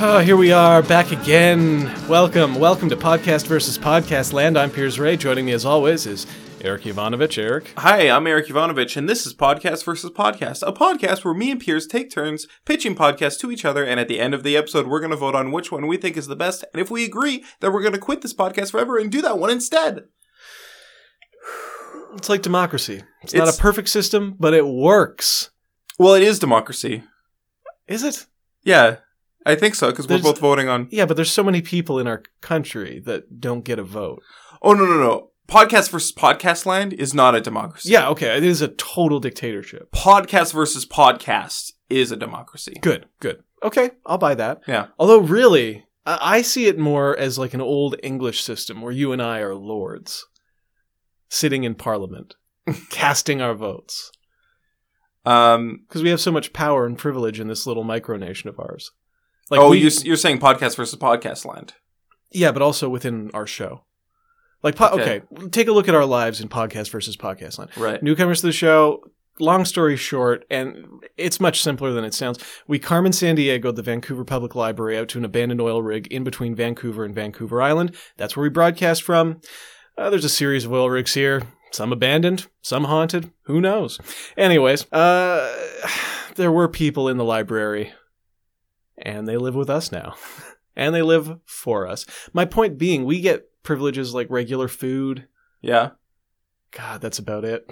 Oh, here we are back again. Welcome, welcome to Podcast versus Podcast Land. I'm Piers Ray. Joining me as always is Eric Ivanovich. Eric, Hi, I'm Eric Ivanovich, and this is Podcast versus Podcast, a podcast where me and Piers take turns pitching podcasts to each other, and at the end of the episode, we're going to vote on which one we think is the best, and if we agree, then we're going to quit this podcast forever and do that one instead. it's like democracy. It's, not It's- a perfect system, but it works. Well, it is democracy. Is it? Yeah, I think so, because we're There's- both voting on. Yeah, but there's so many people in our country that don't get a vote. Oh, no, no, no. Podcast versus Podcast Land is not a democracy. Yeah, okay. It is a total dictatorship. Podcast versus Podcast is a democracy. Good, good. Okay, I'll buy that. Yeah. Although, really, I, I see it more as like an old English system where you and I are lords sitting in parliament, casting our votes. Um, because we have so much power and privilege in this little micronation of ours. Like oh, we, you, you're saying Podcast versus Podcast Land. yeah, but also within our show. Like, po- okay. Okay. take a look at our lives in podcast versus podcast land. Right. Newcomers to the show. Long story short, and it's much simpler than it sounds. We Carmen San Diego, the Vancouver Public Library, out to an abandoned oil rig in between Vancouver and Vancouver Island. That's where we broadcast from. Uh, there's a series of oil rigs here, some abandoned, some haunted. Who knows? Anyways, uh, there were people in the library, and they live with us now, and they live for us. My point being, we get privileges like regular food. Yeah. God, that's about it.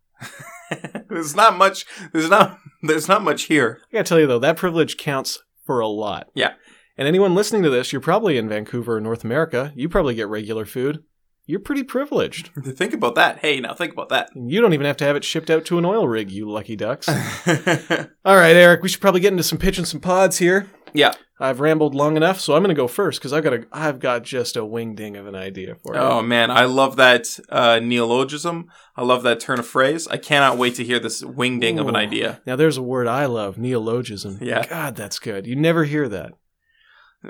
there's not much. There's not. There's not much here. I gotta tell you though, that privilege counts for a lot. Yeah. And anyone listening to this, you're probably in Vancouver or North America. You probably get regular food. You're pretty privileged. Think about that. Hey, now think about that. You don't even have to have it shipped out to an oil rig, you lucky ducks. All right, Eric, we should probably get into some pitch and some pods here. Yeah. I've rambled long enough, so I'm gonna go first because I've got a I've got just a wingding of an idea for you. oh man, I love that uh, neologism. I love that turn of phrase. I cannot wait to hear this wingding of an Ooh. idea. Now there's a word I love, neologism. Yeah. God, that's good. You never hear that.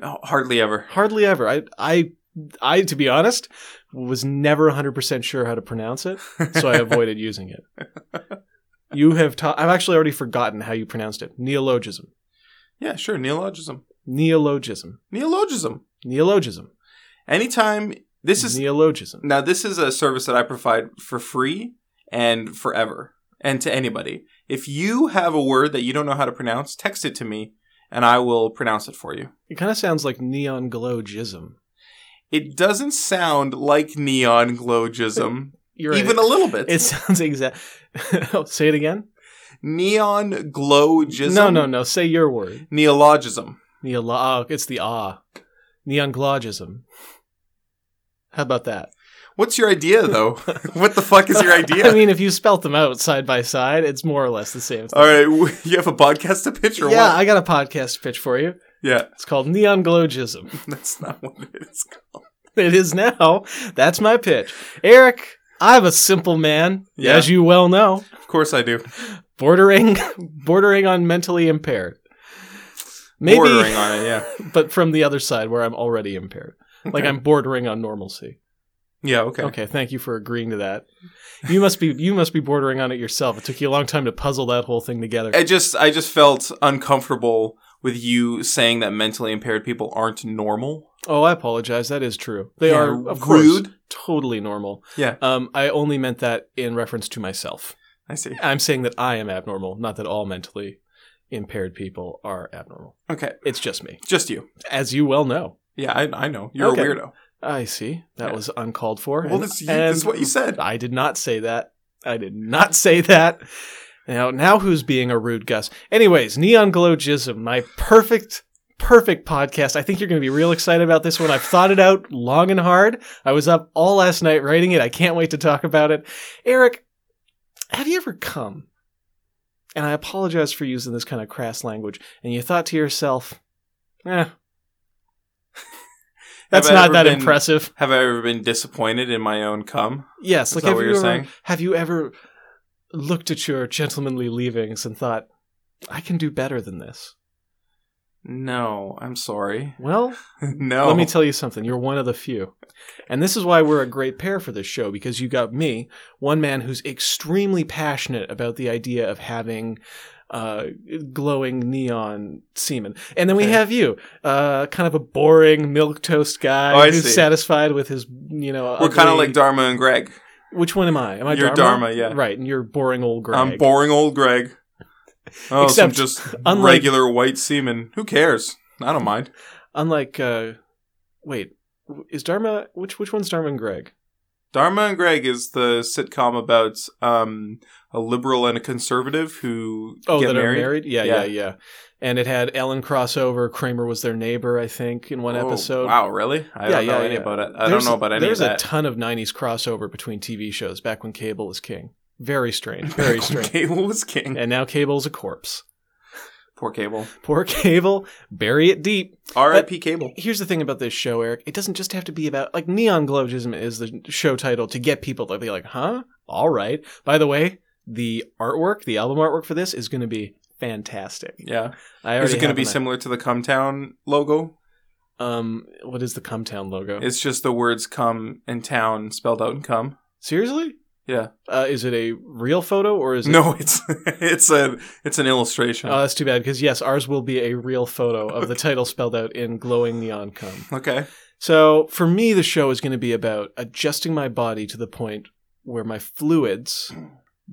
Oh, hardly ever. Hardly ever. I, I, I, to be honest, was never 100% sure how to pronounce it, so I avoided using it. You have taught, I've actually already forgotten how you pronounced it. Neologism. Yeah, sure. Neologism. Neologism. Neologism. Neologism. Anytime. This is Neologism. now. This is a service that I provide for free and forever, and to anybody. If you have a word that you don't know how to pronounce, text it to me, and I will pronounce it for you. It kind of sounds like neon glogism. It doesn't sound like neon glogism. You're even a little bit. It sounds exact. oh, say it again? neon glogism. No, no, no. Say your word. Neologism. Neolo- oh, it's the ah. Neon glogism. How about that? What's your idea, though? what the fuck is your idea? I mean, if you spelt them out side by side, it's more or less the same thing. All right, w- you have a podcast to pitch or yeah, what? I got a podcast pitch for you. Yeah, It's called Neon Glogism. that's not what it is. It is now. That's my pitch. Eric, I'm a simple man, Yeah. as you well know, Of course I do. bordering bordering on mentally impaired. Maybe, Bordering on it, yeah. but from the other side where I'm already impaired. Like Okay. I'm bordering on normalcy. Yeah, okay. Okay, thank you for agreeing to that. You must be you must be bordering on it yourself. It took you a long time to puzzle that whole thing together. I just I just felt uncomfortable with you saying that mentally impaired people aren't normal. Oh, I apologize. That is true. They Yeah, are of rude. course totally normal. Yeah. Um, I only meant that in reference to myself. I see. I'm saying that I am abnormal, not that all mentally impaired people are abnormal. Okay, It's just me, just you. as you well know. Yeah, I, I know. You're Okay. a weirdo. I see. That Yeah. was uncalled for. Well, and- that's, you, that's and what you said. I did not say that. I did not say that. Now, now who's being a rude Gus? Anyways, Neon Glogism, my perfect, perfect podcast. I think you're going to be real excited about this one. I've thought it out long and hard. I was up all last night writing it. I can't wait to talk about it. Eric, have you ever come? And I apologize for using this kind of crass language. And you thought to yourself, eh, that's I not ever that been- impressive. Have I ever been disappointed in my own cum? Yes, Is like that have what you you're ever, saying? have you ever looked at your gentlemanly leavings and thought, I can do better than this? No, I'm sorry. Well, no. let me tell you something. You're one of the few. And this is why we're a great pair for this show because you got me, one man who's extremely passionate about the idea of having uh, glowing neon semen. And then we Okay. have you, uh, kind of a boring milk toast guy Oh, I who's see. satisfied with his, you know. We're kind of ugly- like Dharma and Greg. Which one am I? Am I You're Dharma? Dharma, yeah. Right, and you're boring old Greg. I'm boring old Greg. Oh, some Except, just unlike- regular white semen. Who cares? I don't mind. Unlike, uh, wait, is Dharma which which one's Dharma and Greg? Dharma and Greg is the sitcom about um, a liberal and a conservative who Oh, get that married. are married. Yeah, yeah, Yeah. yeah. And it had Ellen crossover. Kramer was their neighbor, I think, in one Oh, episode. Wow, really? I Yeah, don't know yeah, any yeah. about it. I There's- don't know about any There's of a that. ton of '90s crossover between TV shows back when cable was king. Very strange. Very strange. Cable was king. And now cable's a corpse. Poor Cable. Poor cable. Bury it deep. R.I.P. Cable. Here's the thing about this show, Eric. It doesn't just have to be about like Neon Glogism is the show title to get people to be like, huh? All right. By the way, the artwork, the album artwork for this is going to be fantastic. Yeah. I already Is it going to have be an- similar to the Cumtown logo? Um, what is the Cumtown logo? It's just the words "come" and "town" spelled out in "come." Seriously? Yeah. Uh, is it a real photo or is it? No, it's it's a it's an illustration. Oh, that's too bad because yes, ours will be a real photo of the title spelled out in glowing neon cum. okay. So for me, the show is going to be about adjusting my body to the point where my fluids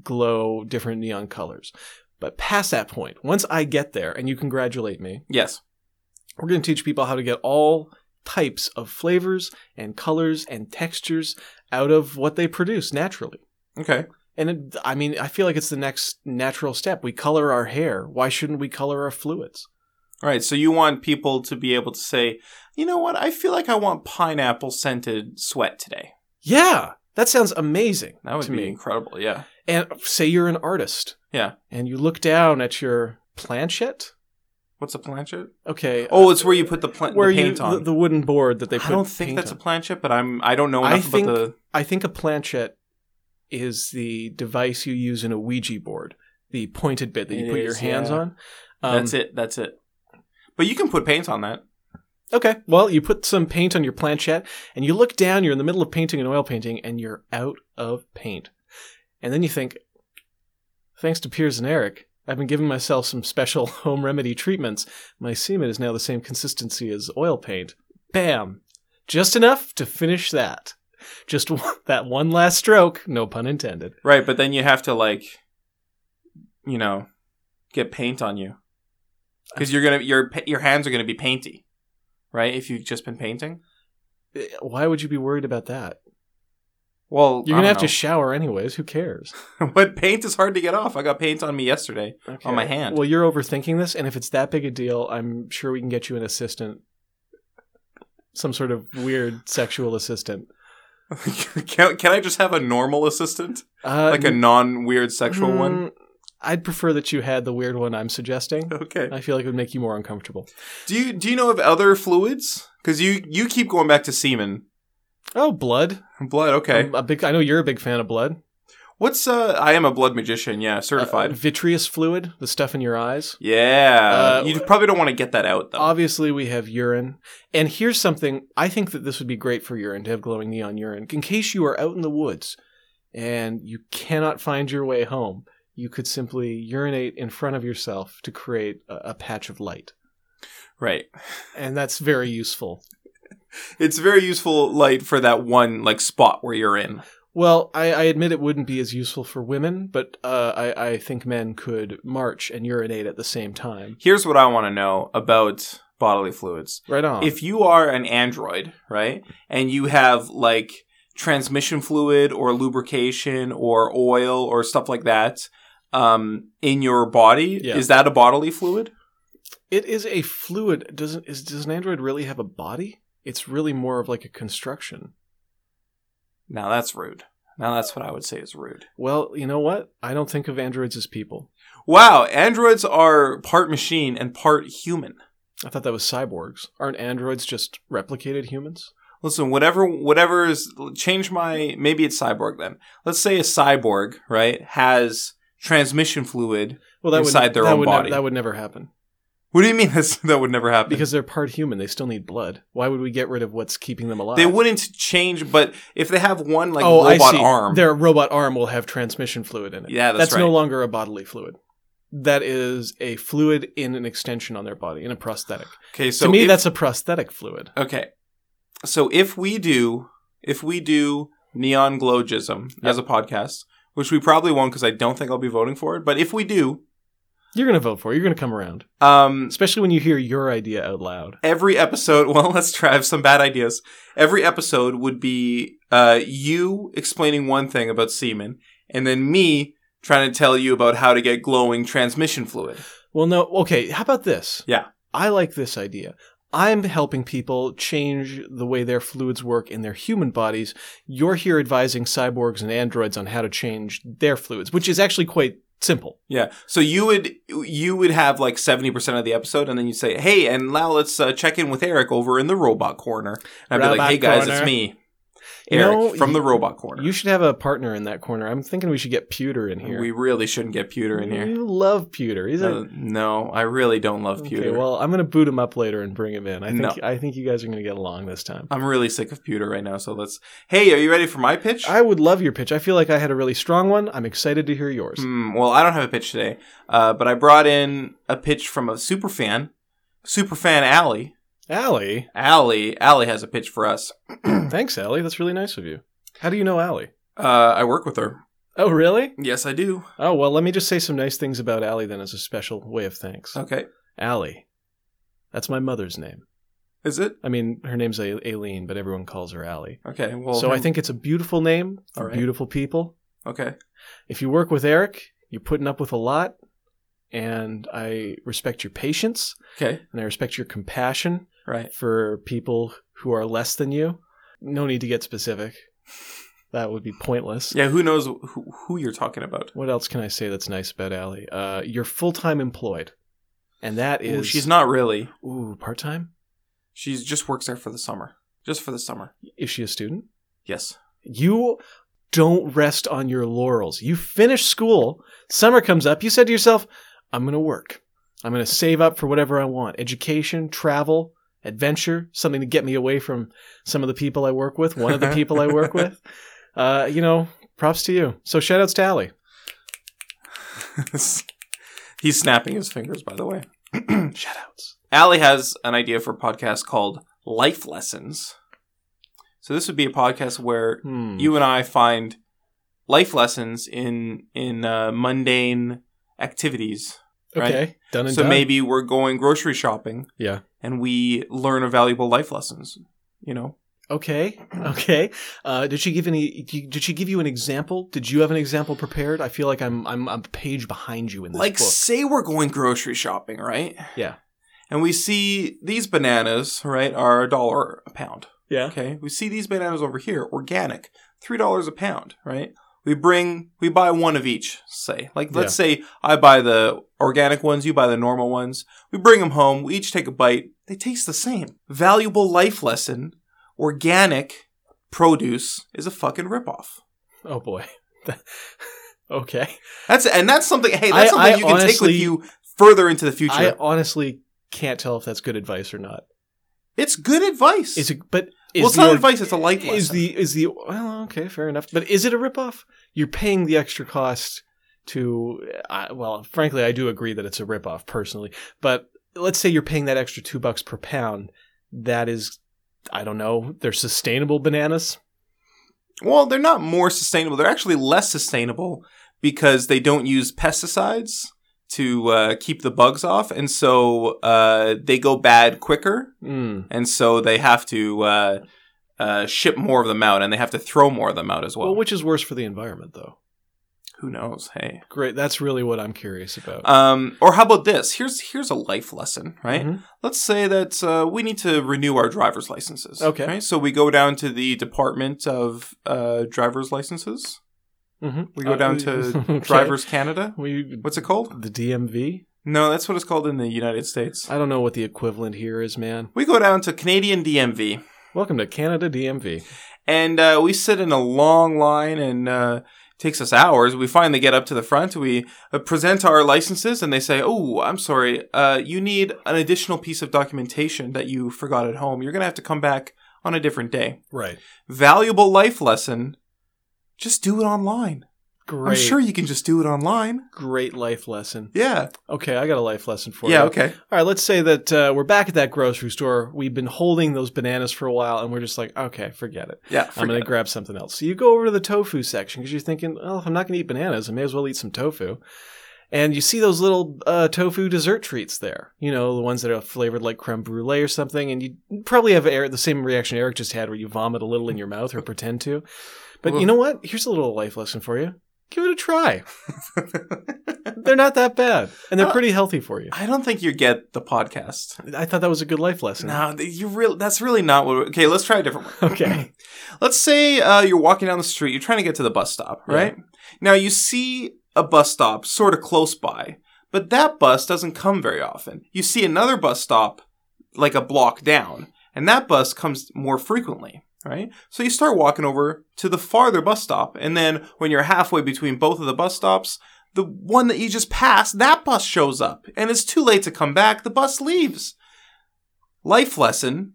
glow different neon colors. But past that point, once I get there and you congratulate me, Yes. we're going to teach people how to get all types of flavors and colors and textures out of what they produce naturally. Okay. And it, I mean, I feel like it's the next natural step. We color our hair. Why shouldn't we color our fluids? All right. So you want people to be able to say, you know what? I feel like I want pineapple scented sweat today. Yeah, that sounds amazing That would to be me. incredible. Yeah. and say you're an artist. Yeah. And you look down at your planchette. What's a planchet? Okay. Oh, uh, it's where you put the, pla- where the paint you, on. The, the wooden board that they put. I don't think paint that's on. a planchet, but I'm I don't know I enough think- about the. I think a planchette is the device you use in a Ouija board, the pointed bit that you It put your is, hands yeah. on. Um, that's it. That's it. But you can put paint on that. Okay. Well, you put some paint on your planchette and you look down, you're in the middle of painting an oil painting and you're out of paint. And then you think, thanks to Piers and Eric, I've been giving myself some special home remedy treatments. My semen is now the same consistency as oil paint. Bam! Just enough to finish that. Just one, that one last stroke, no pun intended. Right, but then you have to like, you know, get paint on you because you're gonna your pa- your hands are gonna be painty, right? If you've just been painting, Eh, Why would you be worried about that? well, You're I going to have don't to shower anyways. Who cares? know. but paint is hard to get off. I got paint on me yesterday. Okay. on my hand. Well, you're overthinking this, and if it's that big a deal, I'm sure we can get you an assistant, some sort of weird sexual assistant, can, can I just have a normal assistant, uh, like a non weird sexual one? mm, I'd prefer that you had the weird one I'm suggesting. Okay. I feel like it would make you more uncomfortable. Do you do you know of other fluids? Because you you keep going back to semen, Oh, blood! blood. Okay. I'm a big. I know you're a big fan of blood. What's uh? I am a blood magician. Yeah, Uh, certified. vitreous fluid, the stuff in your eyes. yeah, uh, you probably don't want to get that out though. Obviously, we have urine. And here's something I think that this would be great for urine to have glowing neon urine. In case you are out in the woods and you cannot find your way home, you could simply urinate in front of yourself to create a, a patch of light. right. And that's very useful. It's very useful light for that one like spot where you're in. Well, I, I admit it wouldn't be as useful for women, but uh, I, I think men could march and urinate at the same time. Here's what I want to know about bodily fluids. Right on. If you are an android, right, and you have like transmission fluid or lubrication or oil or stuff like that um, in your body, Yeah. is that a bodily fluid? it is a fluid. Doesn't is, does an android really have a body? It's really more of like a construction. Now that's rude. Now that's what I would say is rude. Well, you know what? I don't think of androids as people. Wow, androids are part machine and part human. I thought that was cyborgs. Aren't androids just replicated humans? Listen, whatever, whatever is, change my, maybe it's cyborg then. Let's say a cyborg, right, has transmission fluid. Well, that Inside would, their that own would nev- body. that would never happen What do you mean that's, that would never happen? because they're part human. They still need blood. Why would we get rid of what's keeping them alive? they wouldn't change, but if they have one, like, oh, I robot see. arm. Their robot arm will have transmission fluid in it. Yeah, that's no right. longer a bodily fluid. that is a fluid in an extension on their body, in a prosthetic. Okay, so to me, if- that's a prosthetic fluid. okay. So if we do, if we do neon glowgism as a podcast, which we probably won't because I don't think I'll be voting for it, but if we do, You're going to vote for it. You're going to come around, um, especially when you hear your idea out loud. every episode well let's try I have some bad ideas every episode would be uh, you explaining one thing about semen and then me trying to tell you about how to get glowing transmission fluid Well, no. Okay, how about this? Yeah. I like this idea. I'm helping people change the way their fluids work in their human bodies. You're here advising cyborgs and androids on how to change their fluids, which is actually quite simple. yeah so you would you would have like 70% of the episode and then you say hey and now let's uh, check in with eric over in the robot corner and i'd be Robot like hey guys corner. it's me You eric know, from the you- robot corner You should have a partner in that corner. I'm thinking we should get Pewter in here. we really shouldn't get pewter in here You love Pewter. He's a Uh, no i really don't love pewter Okay, well, I'm gonna boot him up later and bring him in. I think No. I think you guys are gonna get along this time. I'm really sick of pewter right now, so let's. Hey, are you ready for my pitch? I would love your pitch. I feel like I had a really strong one. I'm excited to hear yours. Hmm, well, I don't have a pitch today, uh, but I brought in a pitch from a super fan, super fan Allie. Allie, Allie, Allie has a pitch for us. uh, thanks, Allie. That's really nice of you. How do you know Allie? I work with her. Oh, really? Yes, I do. Oh, well, let me just say some nice things about Allie then as a special way of thanks. Okay, Allie, that's my mother's name. is it I mean, her name's A- Aileen, but everyone calls her Allie. okay? Well, so I think it's a beautiful name for All right. beautiful people. okay. If you work with Eric, you're putting up with a lot, and I respect your patience. Okay, and I respect your compassion right. for people who are less than you. No need to get specific. That would be pointless. Yeah, who knows who, who you're talking about? What else can I say that's nice about Allie? Uh, you're full time employed, and that is Ooh, she's not really. Ooh, part time. She's just works there for the summer, just for the summer. Is she a student? Yes. You don't rest on your laurels. You finish school. Summer comes up. You said to yourself, "I'm going to work. I'm going to save up for whatever I want: education, travel." Adventure, something to get me away from some of the people I work with, one of the people I work with. uh, you know, props to you. So shout outs to Allie. He's snapping his fingers, by the way. Shout outs. Allie has an idea for a podcast called Life Lessons. So this would be a podcast where Hmm. you and I find life lessons in in uh, mundane activities. right. okay. Done and so done. maybe we're going grocery shopping. Yeah. And we learn a valuable life lessons. You know, Okay. Okay. Uh, did she give any? Did she give you an example? Did you have an example prepared? I feel like I'm I'm, I'm a page behind you in this like book. say we're going grocery shopping, right? Yeah. And we see these bananas, right, are a dollar a pound. Yeah. Okay, we see these bananas over here, organic, three dollars a pound, right? We bring, we buy one of each. Say, like, let's say I buy the organic ones, you buy the normal ones. We bring them home. We each take a bite. They taste the same. Valuable life lesson: organic produce is a fucking ripoff. Oh boy. okay. That's and that's something. Hey, I- that's something I you can take with honestly- you further into the future. I honestly can't tell if that's good advice or not. it's good advice. Is it? But is well, it's the not org- advice. It's a life lesson. Is the is the well okay fair enough. But is it a ripoff? You're paying the extra cost to. I well, frankly, I do agree that it's a ripoff personally. But let's say you're paying that extra two bucks per pound. That is, I don't know. They're sustainable bananas. Well, they're not more sustainable. They're actually less sustainable because they don't use pesticides to uh, keep the bugs off, and so uh, they go bad quicker, Mm. and so they have to uh, uh, ship more of them out, and they have to throw more of them out as well. Well, which is worse for the environment, though? Who knows? Hey. Great. That's really what I'm curious about. Um, or how about this? Here's here's a life lesson, right? Mhm. Let's say that uh, we need to renew our driver's licenses. Okay. right? So we go down to the Department of uh, Driver's Licenses. Mhm. We go Uh, down to okay. Drivers Canada. We What's it called? the DMV. No, that's what it's called in the United States. I don't know what the equivalent here is, man. We go down to Canadian DMV Welcome to Canada DMV. and uh, we sit in a long line and uh, it takes us hours. We finally get up to the front. We uh, present our licenses and they say, Oh, I'm sorry. Uh, you need an additional piece of documentation that you forgot at home. You're going to have to come back on a different day. Right. Valuable life lesson just do it online. Great, I'm sure you can just do it online. great life lesson. Yeah. Okay, I got a life lesson for yeah, you. okay. All right, let's say that uh, we're back at that grocery store. We've been holding those bananas for a while, and we're just like, okay, forget it. Yeah. I'm going forget to grab something else. So you go over to the tofu section because you're thinking, well, if I'm not going to eat bananas, I may as well eat some tofu. And you see those little uh, tofu dessert treats there, you know, the ones that are flavored like creme brulee or something. And you probably have Eric, the same reaction Eric just had where you vomit a little in your mouth or pretend to. But Ugh. you know what? Here's a little life lesson for you. Give it a try. it. They're not that bad, and they're Uh, pretty healthy for you. I don't think you get the podcast. I thought that was a good life lesson. No, th- you real. That's really not what. Okay, let's try a different one. Okay. let's say uh, you're walking down the street. You're trying to get to the bus stop, Yeah. right? Now you see a bus stop sort of close by, but that bus doesn't come very often. You see another bus stop like a block down, and that bus comes more frequently. Right? So you start walking over to the farther bus stop, and then when you're halfway between both of the bus stops, the one that you just passed, that bus shows up, and it's too late to come back. The bus leaves. Life lesson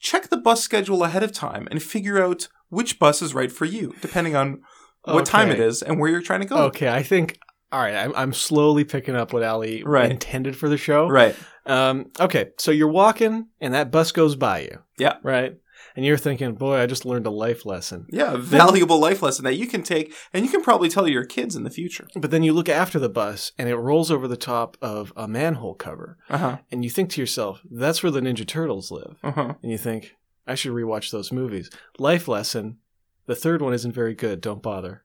check the bus schedule ahead of time and figure out which bus is right for you, depending on what time it Okay. is and where you're trying to go. Okay, I think. All right, I'm, I'm slowly picking up what Ali Right. intended for the show. Right. Um, okay, so you're walking and that bus goes by you. Yeah. Right? And you're thinking, boy, I just learned a life lesson. Yeah, a valuable life lesson that you can take and you can probably tell your kids in the future. But then you look after the bus and it rolls over the top of a manhole cover. Uh-huh. And you think to yourself, that's where the Ninja Turtles live. Uh-huh. And you think, I should rewatch those movies. Life lesson. The third one isn't very good. Don't bother.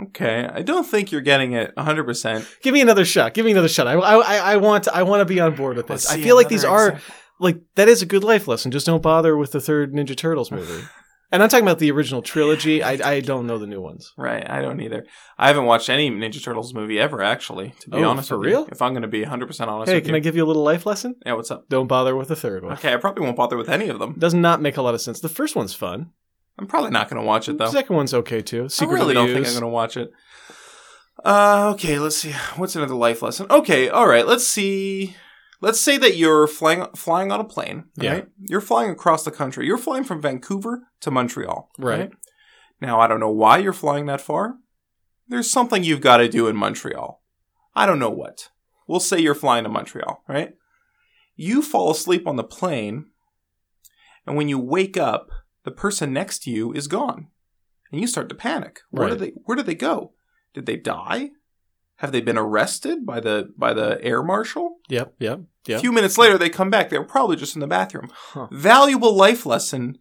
Okay. I don't think you're getting it 100%. Give me another shot. Give me another shot. I, I, I- I want I want to be on board with Let's this. I see feel like another these are example. like that is a good life lesson. Just don't bother with the third Ninja Turtles movie. and I'm talking about the original trilogy. I, I don't know the new ones. Right, I don't either. I haven't watched any Ninja Turtles movie ever, actually, to be Oh, honest for with real? you. If I'm going to be 100% honest hey, with can you. I give you a little life lesson? yeah, what's up? Don't bother with the third one. Okay, I probably won't bother with any of them. Does not make a lot of sense. The first one's fun. I'm probably not going to watch it, The though. second one's okay too. Secret I really don't think Reviews. I'm gonna watch it. Uh, okay, let's see. What's another life lesson? Okay, all right. Let's see. Let's say that you're flying flying on a plane. all Yeah. right? You're flying across the country. You're flying from Vancouver to Montreal. Right. Now I don't know why you're flying that far. There's something you've got to do in Montreal. I don't know what. We'll say you're flying to Montreal, right? You fall asleep on the plane, and when you wake up, the person next to you is gone, and you start to panic. Where Right. did they? Where did they go? Did they die? Have they been arrested by the by the air marshal? Yep. Yep. A Yep. few minutes later, they come back. They were probably just in the bathroom. Huh. Valuable life lesson.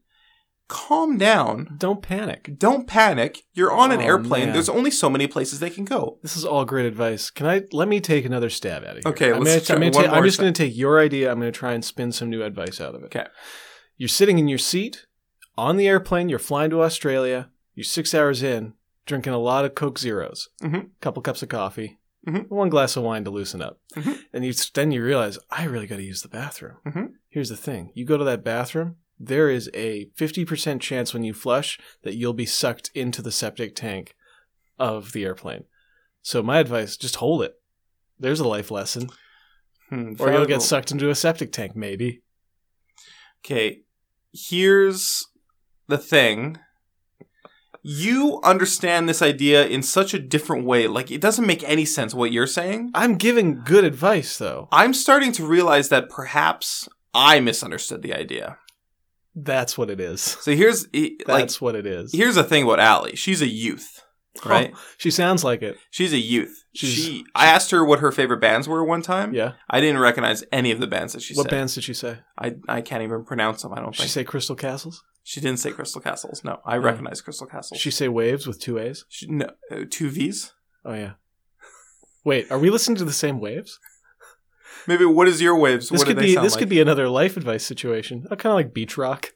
Calm down. Don't panic. Don't panic. You're on an Oh, airplane. man. There's only so many places they can go. This is all great advice. Can I let me take another stab at it? Here. Okay, I'm, let's gonna, try I'm, gonna one ta- I'm more just stab. going to take your idea. I'm going to try and spin some new advice out of it. Okay. You're sitting in your seat on the airplane. You're flying to Australia. You're six hours in, drinking a lot of Coke Zeros, Mhm. couple cups of coffee, Mhm. one glass of wine to loosen up, Mhm. and you s- then you realize I really got to use the bathroom. Mhm. Here's the thing: you go to that bathroom. There is a 50% chance when you flush that you'll be sucked into the septic tank of the airplane. So my advice, just hold it. There's a life lesson. Hmm, Or you'll valuable- get sucked into a septic tank, maybe. Okay, here's the thing. You understand this idea in such a different way. Like, it doesn't make any sense what you're saying. I'm giving good advice though. I'm starting to realize that perhaps I misunderstood the idea. That's what it is. So here's, e- like, That's what it is. here's the thing about Allie. She's a youth, right? Oh, she sounds like it. She's a youth. She's- she, I asked her what her favorite bands were one time. Yeah. I didn't recognize any of the bands that she what said. bands did she say? I, I can't even pronounce them. I don't Did she think say Crystal Castles? she didn't say Crystal Castles. No, I Yeah. recognize Crystal Castles. Did she say Waves with two A's? She- no uh, two V's. Oh yeah. Wait, are we listening to the same waves? Maybe what is your waves? This what could do they be sound this like? could be another life advice situation. Uh, kind of like beach rock.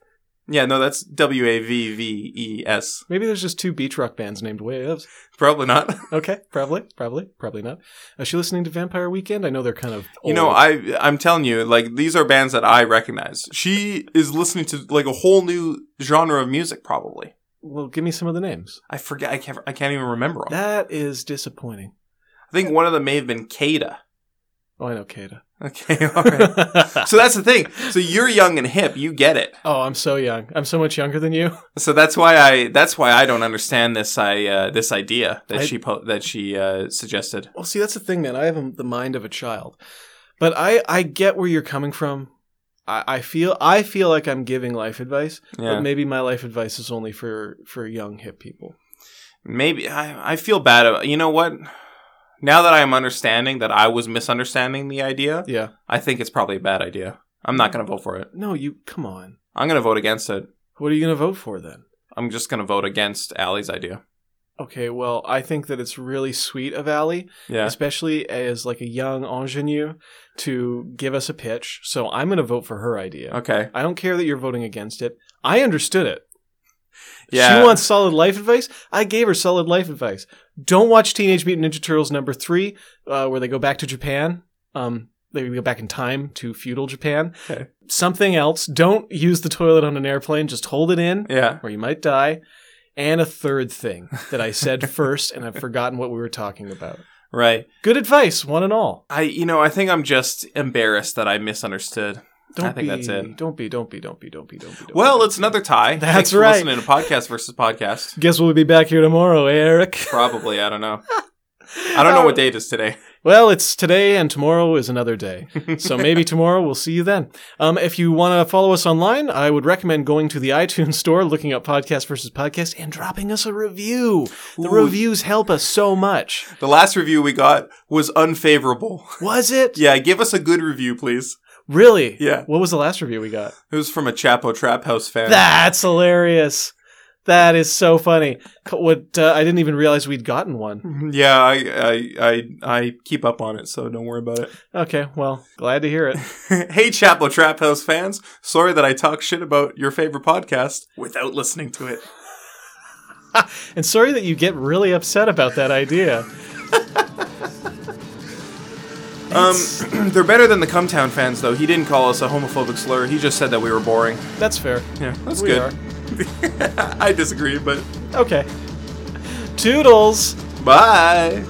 Yeah, no, that's W A V V E S. Maybe there's just two beach rock bands named Waves. Probably not. Okay, probably, probably, probably not. Is she listening to Vampire Weekend? I know they're kind of old. you know, I I'm telling you, like these are bands that I recognize. She is listening to like a whole new genre of music. Probably. well, give me some of the names. I forget. I can't. I can't even remember 'em. That is disappointing. I think one of them may have been Kada. Oh, I know Kata. Okay, all right. so that's the thing. So you're young and hip. You get it. oh, I'm so young. I'm so much younger than you. So that's why I that's why I don't understand this I uh, this idea that I- she po- that she uh, suggested. Well, see, that's the thing, man. I have a, the mind of a child, but I I get where you're coming from. I, I feel I feel like I'm giving life advice, Yeah. but maybe my life advice is only for for young hip people. Maybe I, I feel bad. About, you know what? Now that I am understanding that I was misunderstanding the idea, Yeah. I think it's probably a bad idea. I'm not going to vote for it. No, you come on. I'm going to vote against it. What are you gonna vote for then? I'm just going to vote against Allie's idea. Okay, well, I think that it's really sweet of Allie, Yeah. especially as like a young ingenue, to give us a pitch. So I'm gonna vote for her idea. Okay. I don't care that you're voting against it. I understood it. Yeah. She wants solid life advice. I gave her solid life advice. Don't watch Teenage Mutant Ninja Turtles number three, uh, where they go back to Japan. Um, they go back in time to feudal Japan. Okay. Something else. Don't use the toilet on an airplane. Just hold it in, Yeah. or you might die. And a third thing that I said first, and I've forgotten what we were talking about. Right. Good advice, one and all. I you know, I think I'm just embarrassed that I misunderstood. Don't I think be, that's it. Don't be, don't be, don't be, don't be, don't be. Don't Well, be. it's another tie. That's Thanks for right. listening to podcast versus podcast. guess we'll be back here tomorrow, Eric. Probably, I don't know. I don't know what day it is today. Well, it's today and tomorrow is another day. So maybe tomorrow we'll see you then. Um, if you want to follow us online, I would recommend going to the iTunes store, looking up podcast versus podcast, and dropping us a review. The Ooh. reviews help us so much. The last review we got was unfavorable. Was it? Yeah, give us a good review, please. Really? Yeah. What was the last review we got? It was from a Chapo Trap House fan. That's hilarious. That is so funny. Co- What uh, I didn't even realize we'd gotten one. Yeah, I, I I I keep up on it, so don't worry about it. Okay, well, glad to hear it. hey, Chapo Trap House fans, sorry that I talk shit about your favorite podcast without listening to it. And sorry that you get really upset about that idea. Um, they're better than the Cumtown fans, though. He didn't call us a homophobic slur. He just said that we were boring. That's fair. Yeah, that's we good. I disagree, but are. Okay. Toodles. bye.